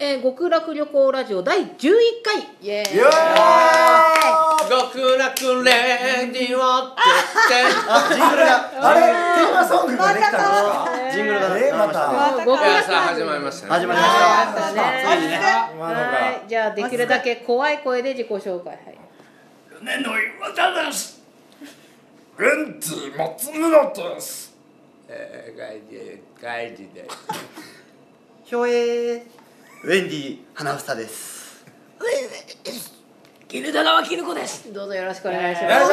えー極楽旅行ラジオ第11回イエーイよ極楽レディオってジングルがあれテーマソングができたんですかねジングルがえまたそう極楽いやさあ始まりましたね始まりまあーした。そうだねついにね。今のがはいじゃあできるだけ怖い声で自己紹介はいねの岩田です。ウンティ松村です。えー外事外事でひょえー。ウェンディ花房です。ギルダラキルコです。どうぞよろしくお願いしよいます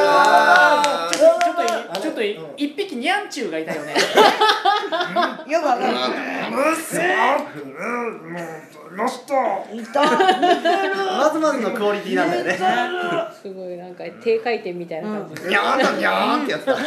しょーちょっとれちょっといちょうっんとい一匹ニャンチューがいたよね。よくわかんない。むすあ、うん、もう、ました。まずまずのクオリティなんだよね。すごいなんか低回転みたいな感じにゃーんだにゃーんってやつだ。っ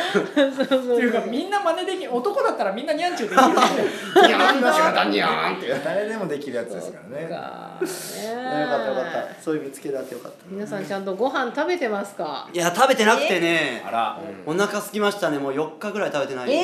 ていうかみんな真似でき男だったらみんなニャンチューできるよね。にゃーんだにゃーんって。よ誰でもできるやつですからねかねかったよかった。そういう見つけだってよかった。皆さんちゃんとご飯食べてますかいや食べてなくてねあ。らお腹空きましたね。もう4日ぐらい食べてない。え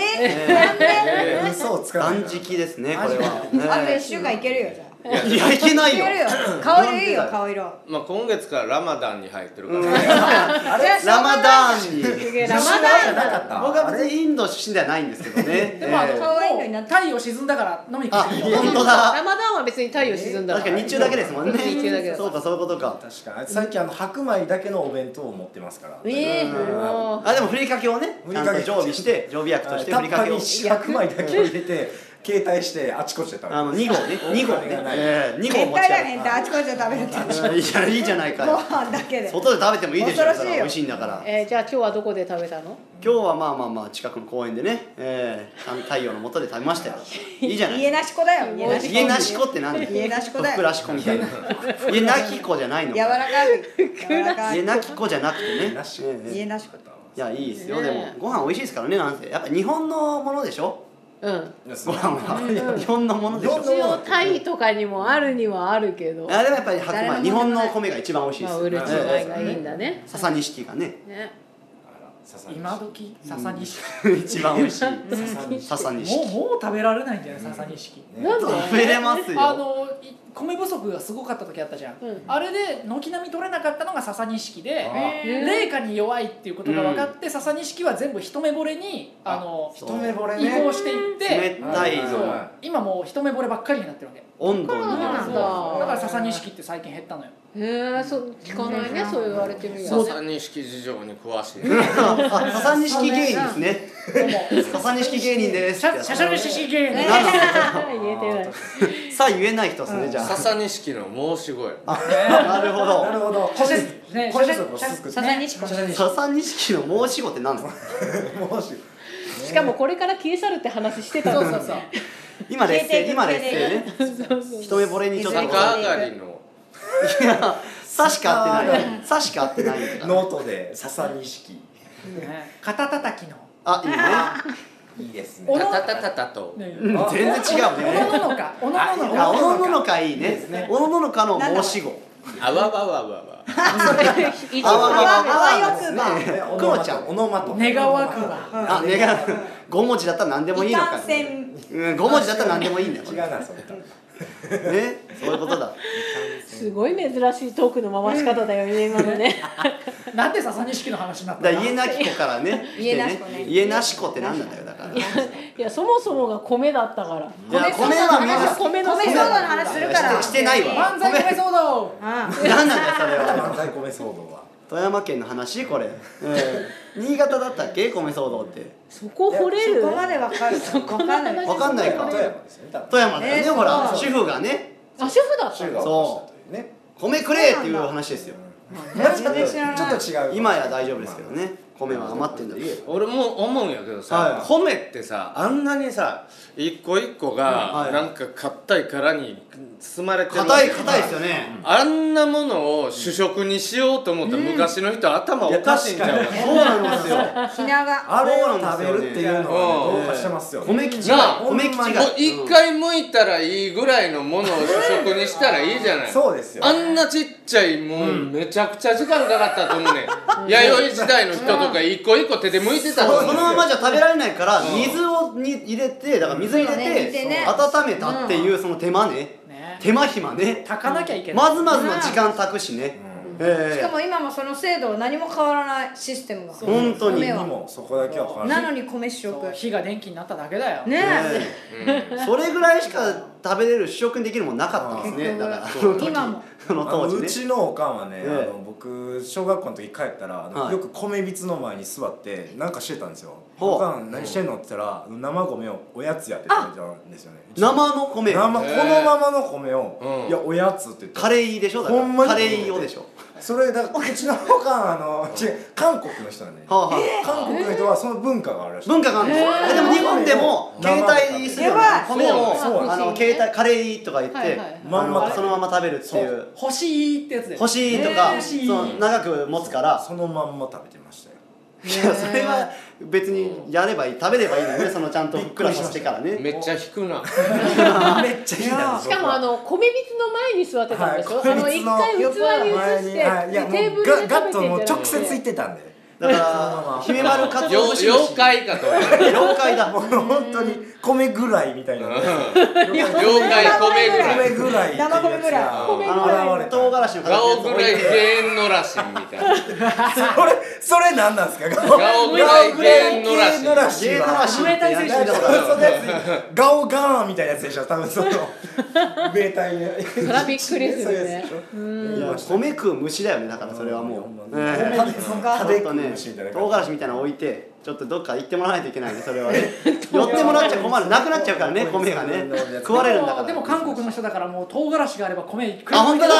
ね嘘をつかない断食ですねこれは。あとね一週間いけるよじゃあ。いやいけないいよけ。るよ。顔色いいよ顔色。まあ今月からラマダンに入ってるかうんらラマダーンに。すげえララママダダンンじゃなかった僕は別にインド出身ではないんですけどね。でもあのええ可愛いのになって太陽沈んだから飲みに来ていいよ。本当だラマダンは別に太陽沈んだ確かに日中だけですもんね。日中だけだそうかそういうことか。確かに最近あの白米だけのお弁当を持ってますからええもうあでもふりかけをねふちりゃんかけと常備して常備薬としてタふりッかパけにを白米だけを入れて携帯してあちこちで食べあるの2号ね2号ねええ2号変持ち態だ帰変態あちこちで食べるって。るいいじゃないいいじゃないかごよ飯だけで。外で食べてもいいでしょ恐ろしいそよれは美味しいんだからえーじゃあ今日はどこで食べたの今日はまあまあまあ近くの公園でねええあの太陽の下で食べましたよいいじゃない家なし子だよ家なし子。家なし子って何家なし子だよふくらし子みたいな家なき子じゃないの柔らかい。柔らか家い。なき子じゃなくてね家なしええええ家なし子。いやいいですよねでえもご飯美味しいですからねなんてやっぱ日本のものでしょうんご飯は日本のものでしょ一応タイとかにもあるにはあるけどあでもやっぱり白誰のも米日んでもな本のいお米が一番美味しいでますあよ、売る違い米がいいんだね笹錦がねね今時笹錦。一番美味しい笹も錦うもう食べられないんじゃない笹錦。なんで食べれますよあのい米不足がすごかった時あったじゃんうん。あれで軒並み取れなかったのが笹錦で。へー冷夏に弱いっていうことが分かって、笹錦は全部一目惚れにあのそ一目惚れ移行ねしていって、冷たいそはう今もう一目惚ればっかりになってるわけ温度にそうなんだそうだから笹錦って最近減ったのよへえそう聞かないねそう言われてみれば笹錦事情に詳しいあ笹錦芸人ですどうもね笹錦芸人ですシャシャシャルシシゲーね言えてないさあ言えない人ですねじゃ笹錦の申し声あなるほなるどほどシャシャねこれシこャシそャこすくささにし子。笹錦の申し子って何ですかもししかもこれから消え去るって話してたそうのそうそう今劣勢消えていく今劣勢ね一目惚れにちょっと逆い上がりのさしか合ってないさしか合ってないんだからノートで笹錦ね肩たたきのあいいですねおのタタタタタとねいいねうん全然違うおのねののかおのののあかおのののかいいねおのののかの申し子あわわわわわ一あわわ番わわわですねねオノマクトロちゃんオノマト願わくばあ願う5文字だったら何でもいいいのかかんせん。うん5文字だったら何でもいいんだよ違うなそれ多分ねそういうことだすごい珍しいトークの回し方だよね今のねなんで笹錦の話になっただの家なき子からね来て家なしね子ね家なし子って何なんだよだからいいやそもそもが米だったからや米はみんな米の米騒動の話するかいやら。してしてないわ漫才米騒動あ何なんだよそれは漫才米騒動は富山県の話これ、うん、新潟だったっけ米騒動ってそこ掘れるそこまでわかる。わかんない。分かんないか富山ですよね多分富山だよね、えーほらそう主婦がねあ主婦だった州のが起こしたというね米くれっていう話ですよ全ちょっと然知らない。ちょっと違う今や大丈夫ですけどね米は余ってんだけど俺も思うんやけどはいさ米ってさあんなにさ一個一個がはいなんか硬い殻に包まれてる硬い硬いですよねあんなものを主食にしようと思った昔の人、頭おかしいんちゃうかそうなんですよひなが。あれを食べるっていうのはねどうかしてますよね米吉なあが米吉がもう一回剥いたらいいぐらいのものを主食にしたらいいじゃないそうですよあんなちっちゃいもうめちゃくちゃ時間かかったと思うねん弥生時代の人とか一個一個手で剥いてたとそ思うのねんままじゃ食べられないからうん水をに入れてだから水入れそうねて煮てね温めたっていうその手間ねねね手間暇ね炊かなきゃいけない、まずまずの時間たくしね、しえかえも今もその制度は何も変わらないシステムがそう本当に米にはもそこだけは変わならのに米主食そう火が電気になっただけだよ、ねえええそれぐらいしか食べれる試食にできるもんなかったんですねだからその時今もそのあの当時うねちのおかんはね、ええあの僕小学校の時帰ったら、あのはいよく米びつの前に座ってなんかしてたんですよ「ほうおかん何してんの?」って言ったらあの生米をおやつやって食べてたんですよねうちの生の米生へこえのままの米を、うんいやおやつって言ってカレーいいでしょだかほんまらにカレー用でしょそれだうちのおかんあの違う韓国の人なんで、ね、はあはあ韓国の人はその文化があるらしい文化があるんですよ、へーえでも日本でも生携で帯するようやばい米をそうなんですあの携帯カレーとか言って、はいはいまんまあのそのまま食べるっていう欲しいってやつで欲しいとか、ねそえの長く持つから、そのまんま食べてました よいやそれは別にやればいい食べればいいのねそのちゃんとふっくらさせてからねめっちゃ引くなめっちゃいいなしかもあの米びつの前に座ってたんでしょ、あの米一びつの回器に移してはいいやもうテーブルでガガッ食とべもうて直接行ってたんでだかそのまらま姫丸かつお節よ妖怪かと思った妖怪だ もう本当に米ぐらいみたいなね妖怪米ぐらい米ぐらいっていうやつが生米ぐらうんいあ現れのた唐辛子の形ガオのぐらやつ置いいて全員のらしいみたいなそれそれ何なんですかガオガオぐらい全員のらしいガオぐらい芸能らしいってやりなんだかかそのやつガオガーンみたいなやつでしょ多分 その米体のそらびっくりするねらいや米食う虫だよねだからそれはもう、ええ米ですちょ食っとねべ、唐辛子みたいなの置いて、ちょっとどっか行ってもらわないといけないね、それはね。寄ってもらっちゃ困る、なくなっちゃうからね、米がね。食われるんだから。でも韓国の人だからもう唐辛子があれば米食えるあ、本当だー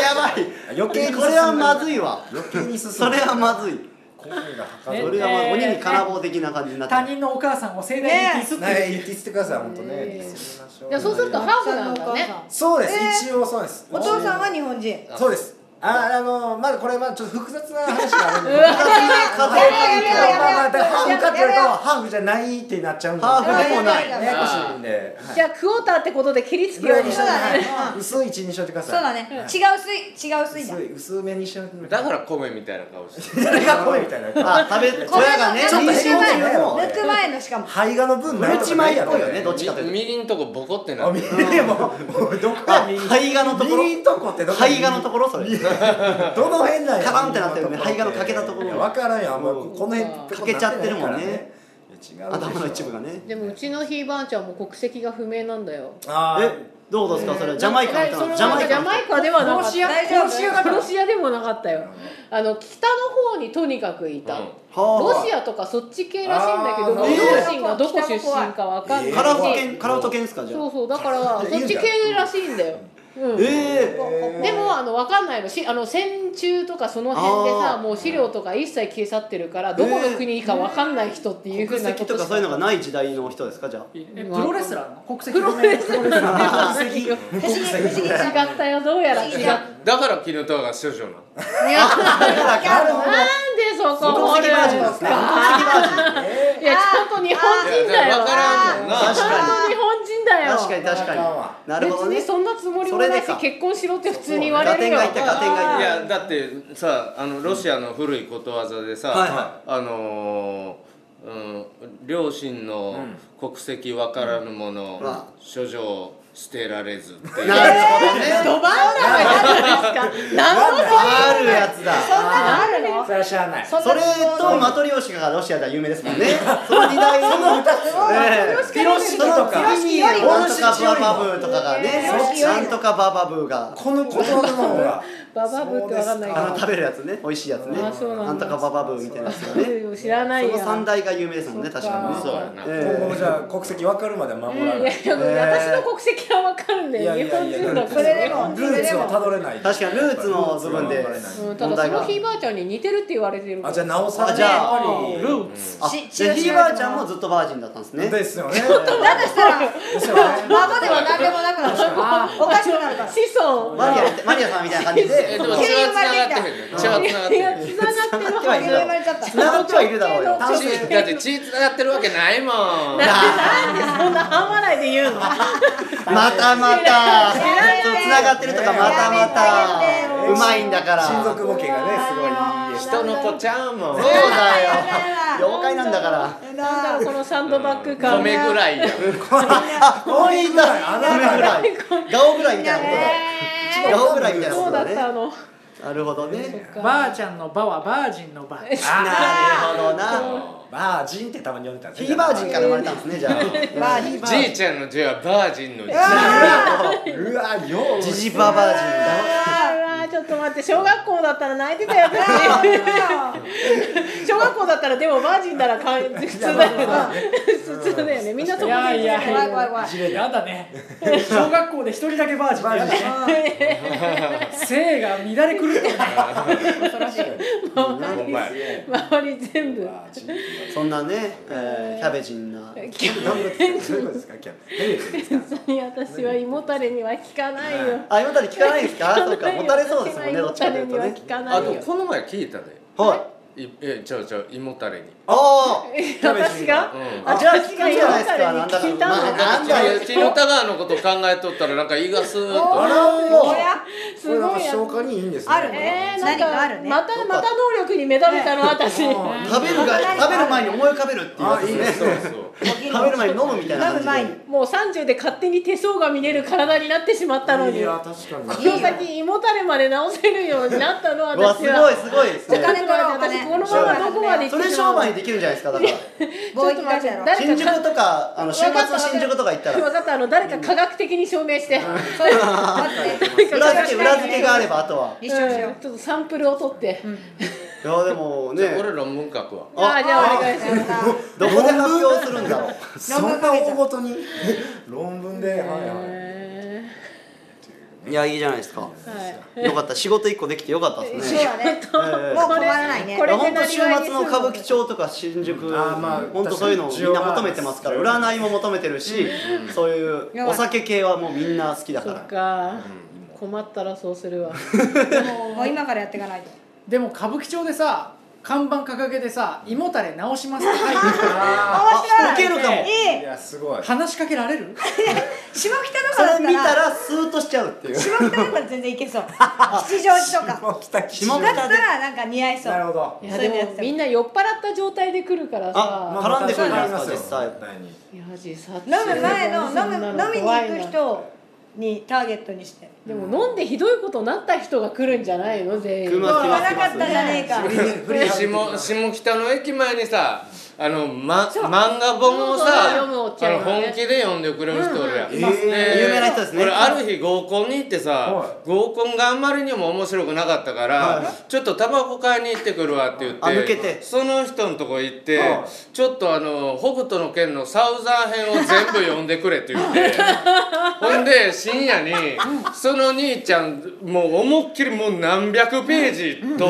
やばい余計にこれはまずいわ。余計に進むそれはまずい。米がはかそどるれはまあ、鬼に金棒的な感じになって他る。人のお母さんを盛大にディスってる、ね言ってきてください本当ね言ってきてみましょういやそうするとハーフなんだねそうです、えー一応そうですお父さんは日本人そうですああのまだこれまだちょっと複雑な話があるんで家族まあ家族やめろやめろまあだからハーフかって言われるとハーフじゃないってなっちゃうんでハーフでもなやい。ややこしいんではいじゃあクォーターってことで切りつけぐよらういにしといて、そうだねはい薄い位置にしといてくだそうださいね違はうい水違う水だ薄い薄めにしといてだからら米みたいな顔してる誰が声みたいなあ、食べ、親がね、ちょっと妊娠前中も、抜く前のしかも肺がの分ないうち米っぽいよねどっちかというとみみりんとこボコってなあってみるでももうどこあが右肺がのところ右とこってどこ肺がのところ、それ。どの辺なんやカランってなってるね肺がの欠けたところいや分からんよあんまうんこの辺って欠けちゃってるもんねいや違うでしょ頭の一部がね。でもうちのひいばあちゃんも国籍が不明なんだよあーえ、どうですか、それはジャマイカの人なのジジャャママイイカカの人。ではなかった殺し屋大丈夫殺し屋だからロシアでもなかったよあの北の方にとにかくいた、うんはあロシアとかそっち系らしいんだけどあご両ー親がどこ出身かわかんないし、えーカラオケ、カラオケですか、じゃあ。そうそうだからそいっやいいちじゃん系らしいんだよ、うんえええーでもあのわかんないのしあの戦中とかその辺であさーもう資料とか一切消え去ってるからどこの国かわかんない人っていうふ国うな籍こととかそういうのがない時代の人ですかじゃあえプロレスラーなの国籍プロレスプロレスラー不思議不思不思議不思議じゃん議違ったよどうやら違っいたいじゃんだから絹豊が少女なのなんでそこ国籍バージョンですね国籍バージョンいやちゃんと日本人だよわからんもんな確ちゃんと日本人だよ確かに確かになるほど別ねにそんなつもりもなそれいでしか結婚しろって普通に言わガれテるンよがいたガテンがいいたやだってさあのロシアの古いことわざでさ、はいはあのーうん、両親の国籍わからぬもの、うんわ処女捨てられずっていうなるほどねドバンダムなんですか何のあるやつだあるのそれは知らないそんそなれとマトリョーシカがロシアでは有名ですもんねその時代のええピロシキとそのか次になんとかババブーとかがねピロシキよりなんとかババブーがこの言葉の方がババブってわかんないけあのど食べるやつね美味しいやつねあそうなんだなんとかババブーみたいなやつがね知らないそやの三大が有名ですもんね確かにそうねやな、ええ今後じゃあ国籍分かるまで守いやらいないや私の国籍はわかるんだいよや日いや本いや人だかそられでもルーツをたどれない確かにルーツの部分でルーツは分うんかた問だそ題がのひいばあちゃんに似てるって言われてるらないあじゃあなおさあらじゃあやっぱりルーツあしじゃあひいばあちゃんもずっとバージンだったんですねですよねだとしたらですよね孫では何でもなくなるからおかしくなるから子孫マリアみたいマリアさんみたいな感じえ ででも血は繋がってへんね血は繋がっていへやんつながってるは急に生ずまれちゃったつながってはいるだろうよな確か血だって血繋がってるわけないもんなんでそんな半笑いで言うのまたまたそうつながってるとかまたまやめてやめたてうまいんだから親族模型がねすごいいい絵人の子ちゃうもんそうだよだよ妖怪なんだからやなんだだろうこのサンドバッグ感米ぐらいやんあこいたあなたぐらいガオぐらいみたいなことだねガオぐらいみたいなこそとうだだったあねのなるほどねばあちゃんのばはバージンのばなるほどなバージンってたまに呼んでたんですヒねーバージンから生まれたんですねじゃあバージンバ じいちゃんの字はバージンの字うわようジジババージンだあ らちょっと待って小学校だったら泣いてたよね 小学校だったらでもバージンならかん普通だよね普通だよねみんなそこいでやいや怖い怖い怖いやだね 小学校で一人だけバージンやだね性が乱れ狂ってるお前周り全部バージンってそんなねえーキャベジン などういうことですかキャに私は胃もたれには効かないよあ今たり聞かないです かそうかないよもたれそうですもんねどっちかというと胃もたれにはね効かなあいとよこの前聞いたではいいえちょうちょう胃もたれにあ私がうんあじゃあ聞くじゃないです胃かなもんたれだかに効いたのまあなんだようちの田川のこと考えとったらなんか胃がスーッとおやすこれなんごかいや消化にいいんですねあるねえー、なん何かあかるねまたまた能力に目覚めたの私あ食べるが食べる前に思い浮かべるっていうやつですねそうそう食べる前に飲むみたいな飲む前感にじもう30で勝手に手相が見れる体になってしまったのいにやこ確かにの先胃もたれまで治せるようになったのでうわす私ごいはすごいですちょっとね待って私このままどこまでそ行ってれしま商うの売にできるんじゃないです かだから貿易会社やろ誰か新宿とかあの週末の新宿とか行った分らかったあの誰か科学的に証明して、そういう待って裏付け裏付けがあればあとは一緒にしよううんちょっとサンプルを取って、いやでもね俺論文書くわああじゃあお願いしますどこで発表するんだろうそんな大ごとに論文で、はいはいえ いやいいじゃないですかーはいよかった仕事一個できてよかったですそうねだねええもう困らないねこれいや本当週末の歌舞伎町とか新宿、あーまあ本当そういうのをみんな求めてますから確かに占いも求めてるし、そういうお酒系はもうみんな好きだかそっらか、困ったらそうするわもう今からやっていかないとでも歌舞伎町でさ看板掲げてさ「胃もたれ直します」って書いて あ面白いあ受けるかもいーいいやすごい話しかけられる下北とそかだっれ見たたららスーッとしちゃうっていう下北とか全然いけそう吉祥寺と か来た下だっ北たでらなんか似合いそうなるほどいやでもみんな酔っ払った状態で来るからあさま絡んでくるんじゃないですかまあ実際またにいや自殺飲む前 のそんな飲む飲みに怖い行なく人にターゲットにしてでも飲んでひどいことになった人が来るんじゃないの全員来ます飲まなかったじゃね えか振りで払って下下北の駅前にさあの、ま、漫画本をそうそう読むおさっちあゃんのがね本気で読んでくれる人おるやん、いますねで有名な人ですね俺ある日合コンに行ってさは合コンがあんまりにも面白くなかったから、はいちょっとタバコ買いに行ってくるわって言ってあ抜けてその人のとこ行って、はいちょっとあの「北斗の拳」のサウザー編を全部読んでくれって言って ほんで深夜にその兄ちゃんもう思いっきりもう何百ページと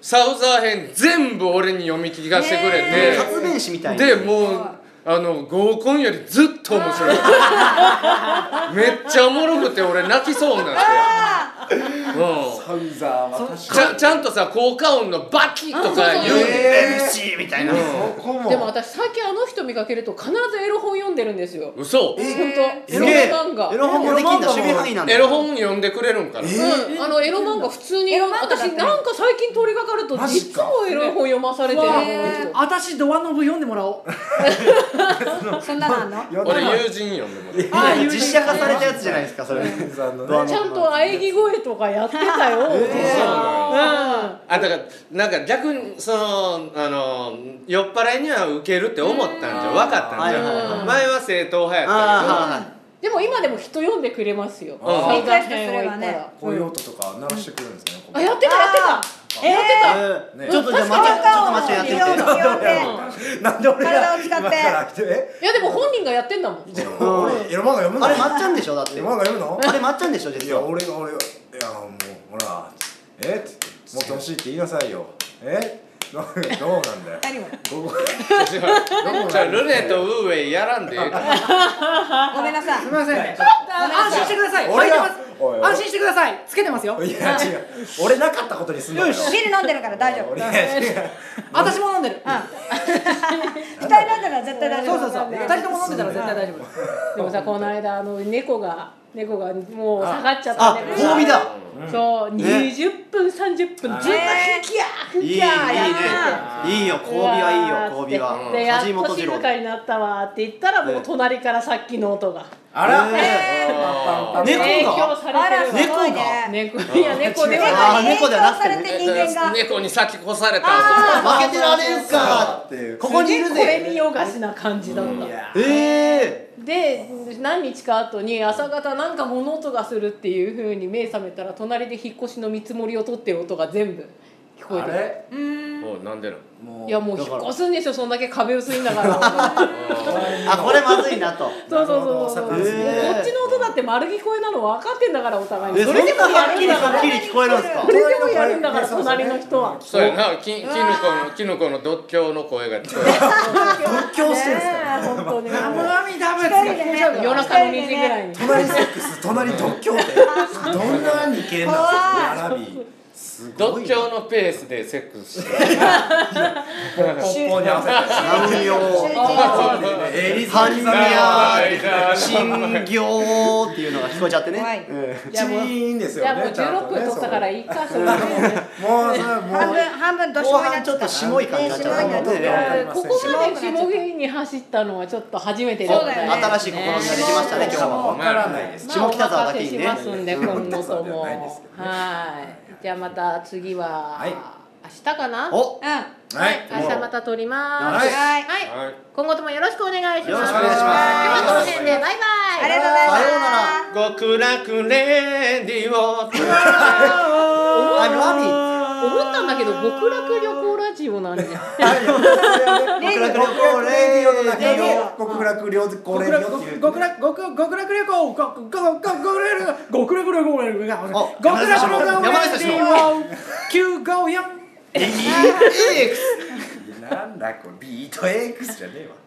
サウザー編全部俺に読み聞かせてくれへて。活弁士みたいなでもうあの合コンよりずっと面 白いめっちゃおもろくて俺泣きそうになってうんハウザーは確かちゃちゃんとさ効果音のバキッとか言うにえ MC みたいな、ーそこもでも私最近あの人見かけると必ずエロ本読んでるんですよ嘘本当すげえエロ漫画エロ本もできんだ守備範囲なんだエロ本読んでくれるんかなうん、あのエロ漫画普通にエロ漫画だった私ねなんか最近通りがかるとマいジつかもエロ本読まされてるわあの私ドアノブ読んでもらおうそんなのあんのやだ俺な友人読んでもらうああいう実写化されたやつじゃないですかそれハウザーのねドアノちゃんと喘ぎ声とかやってたよ、あだからなんか逆にそのあの酔っ払いにはウケるって思ったんじゃ分かったんじはいはいはゃい前は正統派やったけどあうんでも今でも人読んでくれますよあ再開そうですねこういう音とか鳴らしてくるんですねここあやってたやってたやってあたはいはい、ねちょっとじゃあまたちょっとまたやってみて気をつ けなんで俺体がを使って今から来てえいやでも本人がやってんだもんじゃあ俺エロ漫画読むのあれまっちゃんでしょだってエロ漫画読むのあれまっちゃんでしょい実やは俺が俺がいやもうほらえってもっと欲しいって言いなさいよえどうどうなんだよ何もここじゃあルネとウーウェイやらんでええからごめんなさいすみませんあ安心してください俺が履いてますおいおい安心してくださいつけてますよいや違う俺なかったことにすんのよビール飲んでるから大丈 夫俺うんいや違う私も飲んでる二人飲んでるら絶対大丈そう夫そうそう二人とも飲んでたら絶対大丈夫でもさこの間あの猫が猫がもう下がっちゃったあ猫褒美がだそうね20分30分ずっとねふきゃーふいいいいきねゃーやっていいよ交尾はいいよ交尾うわーはってでやっ梶と本次静郎かになったわーって言ったらもう隣からさっきの音があら、えパンパンパン猫が影響あさられすてごるいあね。猫いや猫ではないあー猫じゃなくて影響されて人間が。猫に先越されたあ負けてられんかっていうここにいるこれ見ぜよがしな感じだった、えで何日か後に朝方なんか物音がするっていうふうに目覚めたら隣で引っ越しの見積もりを取ってる音が全部聞こえあてれおうなんでなのもるういやもう引っ越すんでしょそんだけ壁薄いんだから ーあこれまずいなとそうそうそうそう、なるほどもうへーこっちの音だって丸聞こえなの分かってんだからお互いにえそそんなれでもやはっるきんりだかはっらきり聞こえるんですかそれでもやるんだから隣の人はそうやなききぬこのきぬこの独協の声が聞こえる仏教してるんですかねえ本当に網ダメ一人でね夜中の2時ぐらいに隣セックス隣独協ってどんなにけんなんアラビーすご独い協のペースでセックスしてるポッポッポに合わ南洋せてエリザハンベニスヤ新行っていうのが聞こえちゃってねはいうんいやもうチーンですいよねやもうちゃん16とね分取ったからいいかそれでそれもうそれはもう半分半分年後もいな半ちょっとしもい感じになっちゃうからねねここまで下毛に走ったのはちょっと初めてだっそうだたよね新しい試みができましたね今日わはからないですまあ、下お北沢だ任けせにしねますんで、今後とも。ないですけどねはい。じゃあまた次は、はい明日かなおうんははい明日また撮ります。はいいはい。はい今後ともよろしくお願いします。よろしくお願い今します日はこの辺で、バイバイ。ありがとうございますさようなら極楽レディオアラビ思ったんだけど、極楽旅行ラジオなんで。極楽極楽レディオの中レデよ極楽旅行レデ極楽ィオっていう極楽極極楽旅行極極極極楽極楽旅行極楽お極楽旅行山梨極の楽九五ー四 EX なんだこれビート X じゃねえわ